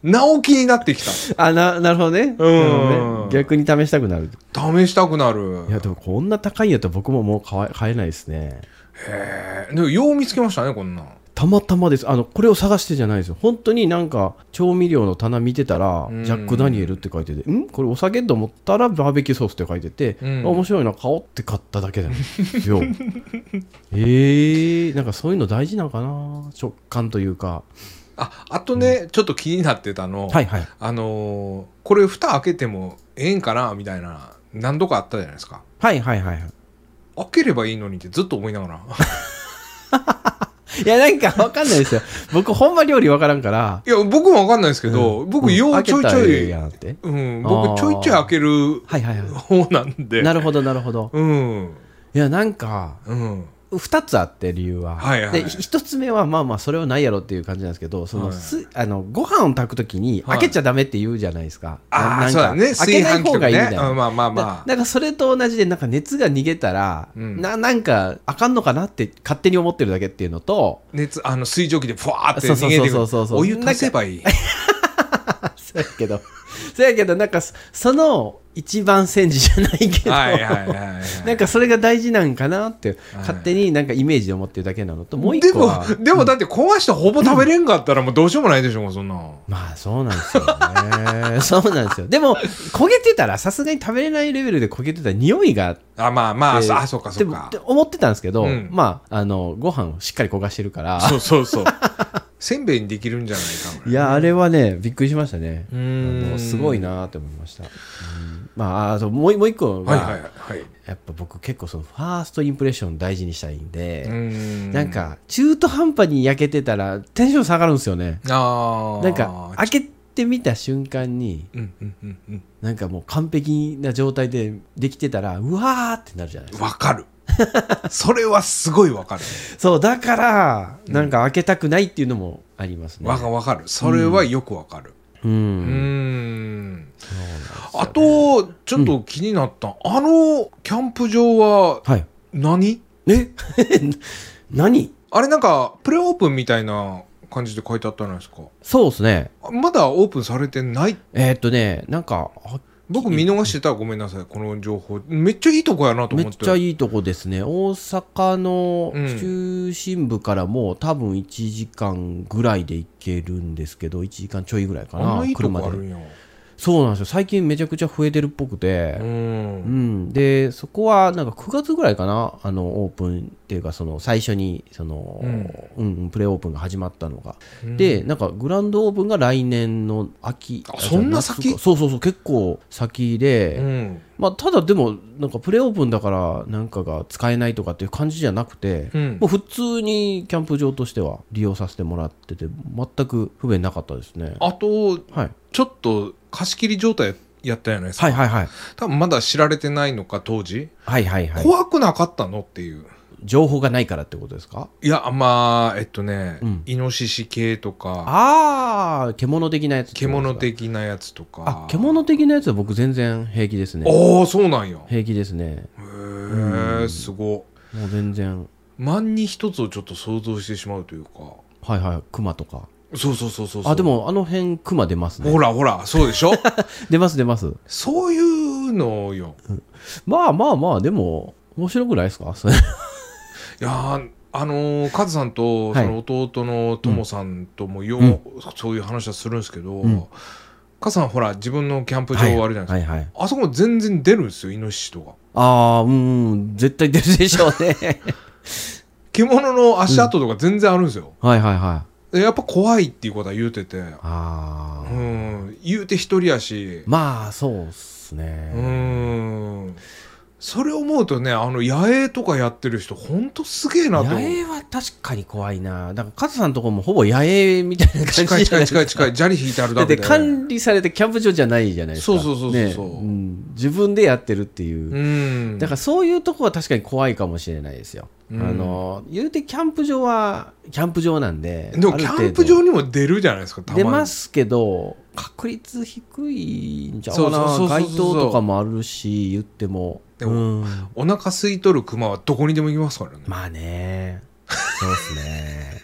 Speaker 1: 直気になってきた
Speaker 2: あななるほどね
Speaker 1: うん
Speaker 2: なるほどね逆に試したくなる
Speaker 1: 試したくなる
Speaker 2: いやでもこんな高いんやったら僕ももう買え買えないですね
Speaker 1: へえでもよう見つけましたねこんなん
Speaker 2: たまたまですあのこれを探してじゃないですよ本当になんか調味料の棚見てたら
Speaker 1: うん
Speaker 2: ジャック・ダニエルって書いててんこれお酒と思ったらバーベキューソースって書いてて、
Speaker 1: うん
Speaker 2: あ面白いな買おうって買っただけなんです
Speaker 1: [LAUGHS]
Speaker 2: よえー、なんかそういうの大事なのかな食感というか
Speaker 1: ああとね、ちょっと気になってたの、
Speaker 2: はいはい
Speaker 1: あのーこれ蓋開けてもええんかなみたいな何度かあったじゃないですか
Speaker 2: はいはいはいはい
Speaker 1: 開ければいいのにってずっと思いながら
Speaker 2: いやなんかわかんない [LAUGHS] ですよ僕ほんま料理わからんから
Speaker 1: いや僕も分かんないですけど、僕ようちょいちょい、
Speaker 2: やなって
Speaker 1: うん、
Speaker 2: あー
Speaker 1: 僕ちょいちょい開ける
Speaker 2: はいはいは
Speaker 1: 方なんで
Speaker 2: いなるほどなるほど
Speaker 1: うん
Speaker 2: いやなんか
Speaker 1: うん
Speaker 2: 2つあって理由は,、
Speaker 1: はいはい
Speaker 2: で1つ目はまあまあそれはないやろっていう感じなんですけどその、
Speaker 1: はい
Speaker 2: すあのご飯を炊くときに
Speaker 1: はい
Speaker 2: 開けちゃダメって言うじゃないですか、な
Speaker 1: あ
Speaker 2: な
Speaker 1: あ
Speaker 2: ん
Speaker 1: そう
Speaker 2: か
Speaker 1: だね
Speaker 2: 開
Speaker 1: 炊
Speaker 2: けな
Speaker 1: 飯
Speaker 2: い
Speaker 1: 器
Speaker 2: 方
Speaker 1: と
Speaker 2: が
Speaker 1: か
Speaker 2: いいみ
Speaker 1: ね
Speaker 2: たいな、
Speaker 1: うんまあまあま
Speaker 2: だ
Speaker 1: あ
Speaker 2: なんかそれと同じでなんか熱が逃げたら、
Speaker 1: うん
Speaker 2: ななんかあかんのかなって勝手に思ってるだけっていうの
Speaker 1: [LAUGHS]
Speaker 2: と
Speaker 1: 熱あの水蒸気でふわーって
Speaker 2: そうそ
Speaker 1: 逃
Speaker 2: う
Speaker 1: げてく
Speaker 2: そうそうそうそう
Speaker 1: るお湯足せばいい
Speaker 2: そうやけどそうやけどなんかそその一番煎じじゃないけど、
Speaker 1: はいはいはいはい
Speaker 2: なんかそれが大事なんかなって勝手になんかイメージで思ってるだけなのと、もう一個は
Speaker 1: でもでもだって壊してほぼ食べれんかったらもうどうしようもないでしょそんなん
Speaker 2: まあそうなんですよね。 [LAUGHS] そうなんですよ。でも焦げてたらさすがに食べれないレベルで焦げてたら匂いがあって
Speaker 1: あまあまあ、そあそうか
Speaker 2: っ
Speaker 1: そ
Speaker 2: て
Speaker 1: うか
Speaker 2: って思ってたんですけど、
Speaker 1: うん
Speaker 2: まああのご飯をしっかり焦がしてるから
Speaker 1: そうそうそうせんべいにできるんじゃないかもね
Speaker 2: いやあれはねびっくりしましたね。
Speaker 1: う
Speaker 2: あ
Speaker 1: ーん
Speaker 2: のすごいなって思いました。うんまああともうもう一個が、
Speaker 1: はいはいはい
Speaker 2: やっぱ僕結構そのファーストインプレッション大事にしたいんで、
Speaker 1: うーん
Speaker 2: なんか中途半端に焼けてたらテンション下がるんですよね。
Speaker 1: あー
Speaker 2: なんか開けてみた瞬間に
Speaker 1: うんうんうんうん
Speaker 2: なんかもう完璧な状態でできてたらうわーってなるじゃないですか
Speaker 1: わかるそれはすごいわかる
Speaker 2: そうだからなんか開けたくないっていうのもありますね
Speaker 1: わかわかるそれはよくわかる
Speaker 2: う
Speaker 1: うんん
Speaker 2: そうなんですよね
Speaker 1: あとちょっと気になった、あのキャンプ場は
Speaker 2: はい
Speaker 1: 何
Speaker 2: え [LAUGHS] 何
Speaker 1: あれなんかプレオープンみたいな感じで書いてあったじゃないですか
Speaker 2: そうですね
Speaker 1: まだオープンされてない
Speaker 2: えーっとねなんかあ
Speaker 1: 僕見逃してたらごめんなさいこの情報めっちゃいいとこやなと
Speaker 2: め
Speaker 1: 思
Speaker 2: っ
Speaker 1: って
Speaker 2: ちゃいいとこですね大阪の
Speaker 1: うん
Speaker 2: 中心部からもう多分1時間ぐらいで行けるんですけど1時間ちょいぐらいか
Speaker 1: あん
Speaker 2: な
Speaker 1: ないいとこ
Speaker 2: 車
Speaker 1: あ
Speaker 2: で
Speaker 1: るんや
Speaker 2: そうなんですよ最近めちゃくちゃ増えてるっぽくて
Speaker 1: う
Speaker 2: うんん、でそこはなんか9月ぐらいかなあのオープンっていうかその最初にその、う
Speaker 1: うんん
Speaker 2: うんプレオープンが始まったのが、
Speaker 1: うん
Speaker 2: でなんかグランドオープンが来年の秋
Speaker 1: あそんな
Speaker 2: 夏か
Speaker 1: 先
Speaker 2: そうそうそう結構先で、
Speaker 1: うん
Speaker 2: まあ、ただでもなんかプレオープンだからなんかが使えないとかっていう感じじゃなくて、
Speaker 1: うん
Speaker 2: もう普通にキャンプ場としては利用させてもらってて全く不便なかったですね
Speaker 1: あと
Speaker 2: はい、
Speaker 1: ちょっと貸し切り状態やったじゃないですか、
Speaker 2: はいはいはい
Speaker 1: 多分まだ知られてないのか当時、
Speaker 2: はいはいはい
Speaker 1: 怖くなかったのっていう
Speaker 2: 情報がないからってことですか
Speaker 1: いやまあえっとね、
Speaker 2: うん
Speaker 1: イノシシ系とか
Speaker 2: ああ獣的なやつってことですか
Speaker 1: 獣的なやつとか
Speaker 2: あ獣的なやつは僕全然平気ですね
Speaker 1: ああそうなんやへ
Speaker 2: 平気ですねう
Speaker 1: え
Speaker 2: ん
Speaker 1: すご
Speaker 2: もう全然
Speaker 1: い万に一つをちょっと想像してしまうというか
Speaker 2: はいはい熊とか
Speaker 1: そうそうそうそうそう
Speaker 2: あでもあの辺熊出ますね
Speaker 1: ほらほらそうでしょ [LAUGHS]
Speaker 2: 出ます出ます
Speaker 1: そういうのよ
Speaker 2: まあまあまあでも面白くないですか
Speaker 1: いやーあのーカズさんと
Speaker 2: はい
Speaker 1: その弟のともさんともよ、
Speaker 2: うん
Speaker 1: そういう話はするんですけど、
Speaker 2: ん
Speaker 1: カズさんほら自分のキャンプ場あるじゃないですか、
Speaker 2: はいはい
Speaker 1: あそこ全然出るんですよイノシシとか
Speaker 2: ああ、うん、絶対出るでしょうね。
Speaker 1: [LAUGHS] 獣の足跡とか全然あるんですよ、
Speaker 2: はいはいはい。
Speaker 1: でやっぱ怖いっていうことは言うてて、
Speaker 2: ああ、
Speaker 1: うん言うて一人やし、
Speaker 2: まあ、そうっす
Speaker 1: う
Speaker 2: ね。
Speaker 1: んそれ思うとねあの野営とかやってる人ほんとすげえなと
Speaker 2: 野
Speaker 1: 思う
Speaker 2: 営は確かに怖いな。だから、カズさんのとこもほぼ野営みたいな感じじゃな
Speaker 1: 近
Speaker 2: い
Speaker 1: い近い近い
Speaker 2: ですか
Speaker 1: 近い砂利引いてある
Speaker 2: [LAUGHS] だ
Speaker 1: だ
Speaker 2: っ
Speaker 1: け
Speaker 2: て
Speaker 1: で
Speaker 2: 管理されてキャンプ場じゃないじゃないですか。
Speaker 1: そうそうそうそうそう
Speaker 2: うん自分でやってるっていう。
Speaker 1: うん
Speaker 2: だからそういうとこは確かに怖いかもしれないですよ。
Speaker 1: うん
Speaker 2: あの言うてキャンプ場はキャンプ場なんで、
Speaker 1: でも
Speaker 2: あ
Speaker 1: キ
Speaker 2: る
Speaker 1: ャ
Speaker 2: 程度
Speaker 1: ンプ場にも出るじゃないですかたまに
Speaker 2: 出ますけど確率低いんちゃうか
Speaker 1: そうそ
Speaker 2: な
Speaker 1: うそうそう
Speaker 2: 街灯とかもあるし言っても
Speaker 1: でも
Speaker 2: うん
Speaker 1: お腹空いとるクマはどこにでも行きますからね、
Speaker 2: まあねそうですね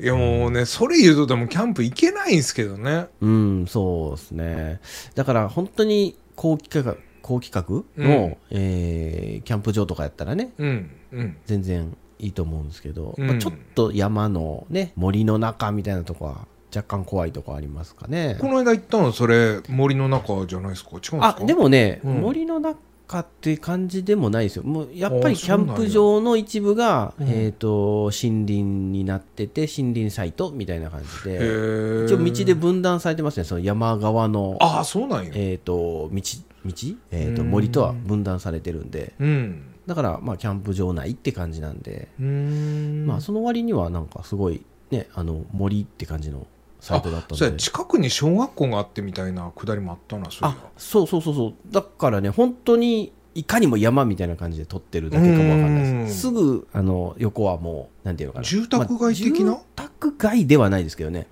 Speaker 1: いやもうねそれ言うとでもキャンプ行けないんですけどね
Speaker 2: うんそうですねだから本当に高規格高規格の、
Speaker 1: うん
Speaker 2: えーキャンプ場とかやったらね
Speaker 1: うんうん
Speaker 2: 全然いいと思うんですけど、
Speaker 1: うん
Speaker 2: まあ、ちょっと山のね森の中みたいなとこは若干怖いとこありますかね
Speaker 1: この間行ったのそれ森の中じゃないですか違うんですか
Speaker 2: あでもね、
Speaker 1: うん
Speaker 2: 森の中って感じでもないですよもうやっぱり
Speaker 1: あ
Speaker 2: キャンプ場の一部が、
Speaker 1: そうなんや
Speaker 2: えー、と森林になってて森林サイトみたいな感じ
Speaker 1: へ
Speaker 2: で
Speaker 1: ー
Speaker 2: 一応道で分断されてますねその山側の、
Speaker 1: ああそうなんや
Speaker 2: えー、と道道、えー、と
Speaker 1: うん
Speaker 2: 森とは分断されてるんで
Speaker 1: うん
Speaker 2: だからまあキャンプ場内って感じなんで、
Speaker 1: うーん
Speaker 2: まあその割にはなんかすごいねあの森って感じのサイトだった
Speaker 1: そうや
Speaker 2: ので
Speaker 1: 近くに小学校があってみたいなくだりもあったなそうい
Speaker 2: あそうそうそうそうだからね本当にいかにも山みたいな感じで撮ってるだけかもわかんないですす
Speaker 1: う
Speaker 2: ぐあの横はもうなんていうのかな
Speaker 1: 住宅街的な
Speaker 2: まあ住宅街ではないですけどね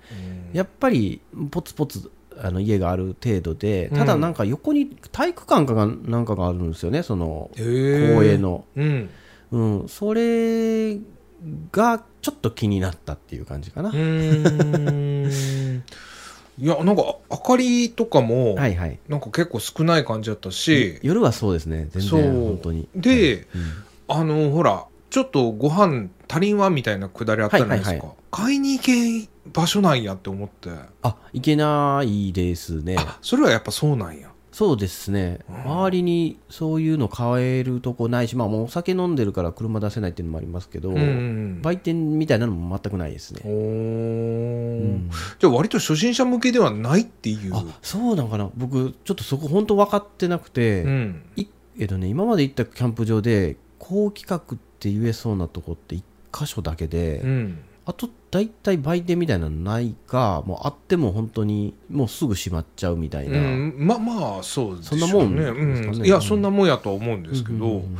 Speaker 1: や
Speaker 2: やっぱりポツポツあの家がある程度で
Speaker 1: うん
Speaker 2: ただなんか横に体育館かがなんかがあるんですよねその
Speaker 1: 公
Speaker 2: 公営の、
Speaker 1: うん
Speaker 2: うん、それがちょっと気になったっていう感じかな、
Speaker 1: うー
Speaker 2: [LAUGHS]
Speaker 1: んいやなんか明かりとかも
Speaker 2: はいはい
Speaker 1: なんか結構少ない感じだったし、
Speaker 2: 夜はそうですね全
Speaker 1: そう
Speaker 2: 然本当に
Speaker 1: で、
Speaker 2: うん
Speaker 1: あのほらちょっとご飯足りんわみたいなくだりあったじゃないですか、
Speaker 2: はいはい
Speaker 1: 買いに行けん場所なんやって思って、
Speaker 2: あいけないですね
Speaker 1: あそれはやっぱそうなんや
Speaker 2: そうですね、
Speaker 1: うん
Speaker 2: 周りにそういうの買えるとこないし、まあ、もうお酒飲んでるから車出せないっていうのもありますけど、
Speaker 1: うんうん
Speaker 2: 売店みたいなのも全くないです
Speaker 1: お
Speaker 2: ね。
Speaker 1: ー
Speaker 2: うん
Speaker 1: じゃあ割と初心者向けではないっていう
Speaker 2: あそうなんかな、僕、ちょっとそこ、本当分かってなくて、
Speaker 1: うん
Speaker 2: いえっとね、今まで行ったキャンプ場で、高規格って言えそうなとこって1箇所だけで、
Speaker 1: うん
Speaker 2: あと大体売店みたいなのないか、もうあっても本当にもうすぐ閉まっちゃうみたいな。
Speaker 1: うん、まあまあそうですね
Speaker 2: そんなもん
Speaker 1: ね、
Speaker 2: ですかね
Speaker 1: うん、いやそんなもんやとは思うんですけど、
Speaker 2: うんうんうんうん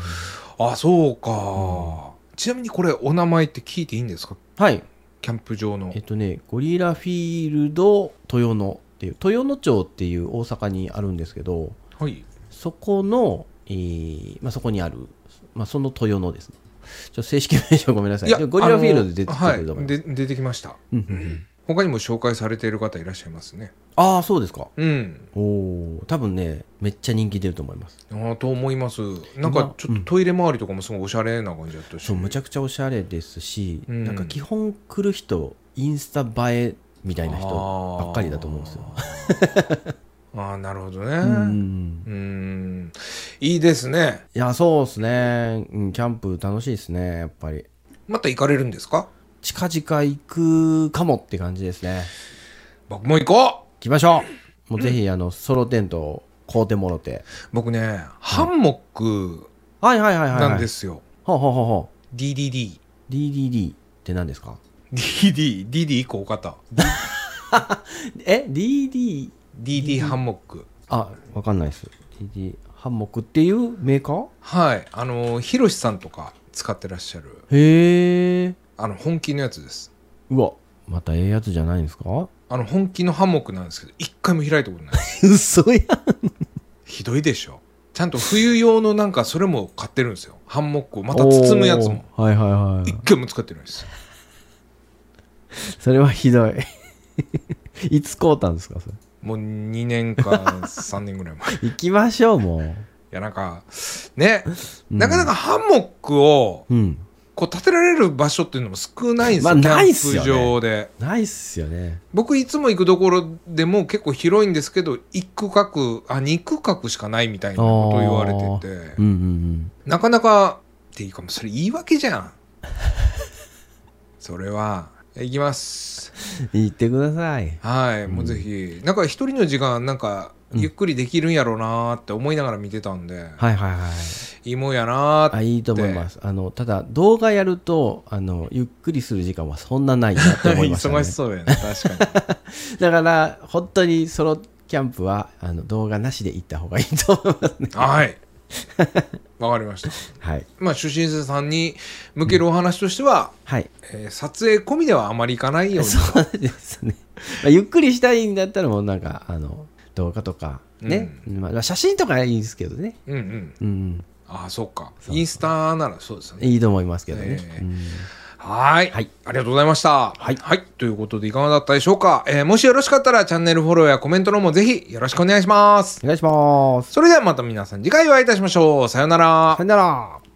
Speaker 1: あそうか、ちなみにこれお名前って聞いていいんですか
Speaker 2: はい、
Speaker 1: キャンプ場の
Speaker 2: えっとね、ゴリラフィールド豊野っていう、豊野町っていう大阪にあるんですけど、
Speaker 1: はい
Speaker 2: そこの、えーまあ、そこにある、まあ、その豊野ですね。ちょっと正式名称ごめんなさい。でもゴリラフィールドで出て
Speaker 1: あ
Speaker 2: く
Speaker 1: の
Speaker 2: ると思い
Speaker 1: はい
Speaker 2: ます。
Speaker 1: で出てきました
Speaker 2: うんうんうん
Speaker 1: 他にも紹介されている方いらっしゃいますね。
Speaker 2: ああそうですか
Speaker 1: うん。
Speaker 2: おお多分ねめっちゃ人気出ると思います
Speaker 1: あーと思います。なんかちょっとトイレ周りとかもすごいおしゃれな感じだったし。
Speaker 2: そうむちゃくちゃおしゃれですし、
Speaker 1: うん
Speaker 2: なんか基本来る人インスタ映えみたいな人ばっかりだと思うんですよ
Speaker 1: あーあー、なるほどね。
Speaker 2: [LAUGHS] うんうんう
Speaker 1: うんーん。いいですね。
Speaker 2: いやそうですね、うん、キャンプ楽しいですねやっぱり
Speaker 1: また行かれるんですか
Speaker 2: 近々行くかもって感じですね
Speaker 1: 僕も行こう
Speaker 2: 行きましょうもうぜひ、あのソロテントを買うてもろて
Speaker 1: 僕ね、ハンモック
Speaker 2: はいはいはいはい、はい、
Speaker 1: なんですすよ。
Speaker 2: ほうほうほうほ
Speaker 1: DDD。
Speaker 2: う DDD って何ですか
Speaker 1: DD、DD 一個多かった。
Speaker 2: え DD
Speaker 1: DD ハンモック。
Speaker 2: あわかんないです DD ハンモックっていうメーカー
Speaker 1: はい。あのー、ヒロシさんとか使ってらっしゃる、
Speaker 2: へえ
Speaker 1: あの、本気のやつです。
Speaker 2: うわまたええやつじゃないんですか
Speaker 1: あの、本気のハンモックなんですけど、一回も開いたことないです。
Speaker 2: 嘘や
Speaker 1: ひどいでしょ。ちゃんと冬用のなんか、それも買ってるんですよ。ハンモックを。また包むやつも。
Speaker 2: おーはいはいはい
Speaker 1: 一回も使ってないです。
Speaker 2: それはひどい [LAUGHS] いつ買うたんですかそれ
Speaker 1: もう2年か3年ぐらい
Speaker 2: [LAUGHS]
Speaker 1: 前。い
Speaker 2: 行きましょうもう、
Speaker 1: や、なんか、ね、
Speaker 2: うん
Speaker 1: なかなかハンモックを、
Speaker 2: うん
Speaker 1: こう、立てられる場所っていうのも少ないんですよ。
Speaker 2: まあないっすよね
Speaker 1: キャンプ場で。
Speaker 2: ないっすよね
Speaker 1: 僕いつも行くところでも結構広いんですけど1区画あ2区画しかないみたいなことを言われてて
Speaker 2: うんうん
Speaker 1: なかなかっていうかもうそれ言い訳じゃんそれは行きます
Speaker 2: うん行ってください
Speaker 1: はい、もうぜひなんか一人の時間なんかゆっくりできるんやろうなーって思いながら見てたんで、
Speaker 2: はいはいはい
Speaker 1: い、いもんやなー
Speaker 2: あ
Speaker 1: って
Speaker 2: いいと思いますあのただ動画やるとあのゆっくりする時間はそんなないなって思いました、
Speaker 1: [LAUGHS]
Speaker 2: ね、
Speaker 1: 忙しそうやね確か
Speaker 2: だから本当にソロキャンプはあの動画なしで行った方がいいと思いますね
Speaker 1: にはいわかりました
Speaker 2: はい
Speaker 1: まあ初心者さんに向けるお話としては、
Speaker 2: はい
Speaker 1: えー撮影込みではあまりいかないように
Speaker 2: そうですね、まあ、ゆっくりしたいんだったらもうなんかあの動画とかね、まあ、写真とかいいですけどね
Speaker 1: うんうん
Speaker 2: うん
Speaker 1: ああそうか
Speaker 2: そう
Speaker 1: インスタならそうですよね
Speaker 2: いいと思いますけどね、
Speaker 1: ええ
Speaker 2: うん
Speaker 1: はーい
Speaker 2: はい
Speaker 1: ありがとうございました
Speaker 2: はい
Speaker 1: ということでいかがだったでしょうか、えーもしよろしかったらチャンネルフォローやコメントの方もぜひよろしくお願いします
Speaker 2: お願いします
Speaker 1: それではまた皆さん次回お会いいたしましょうさようなら
Speaker 2: さよなら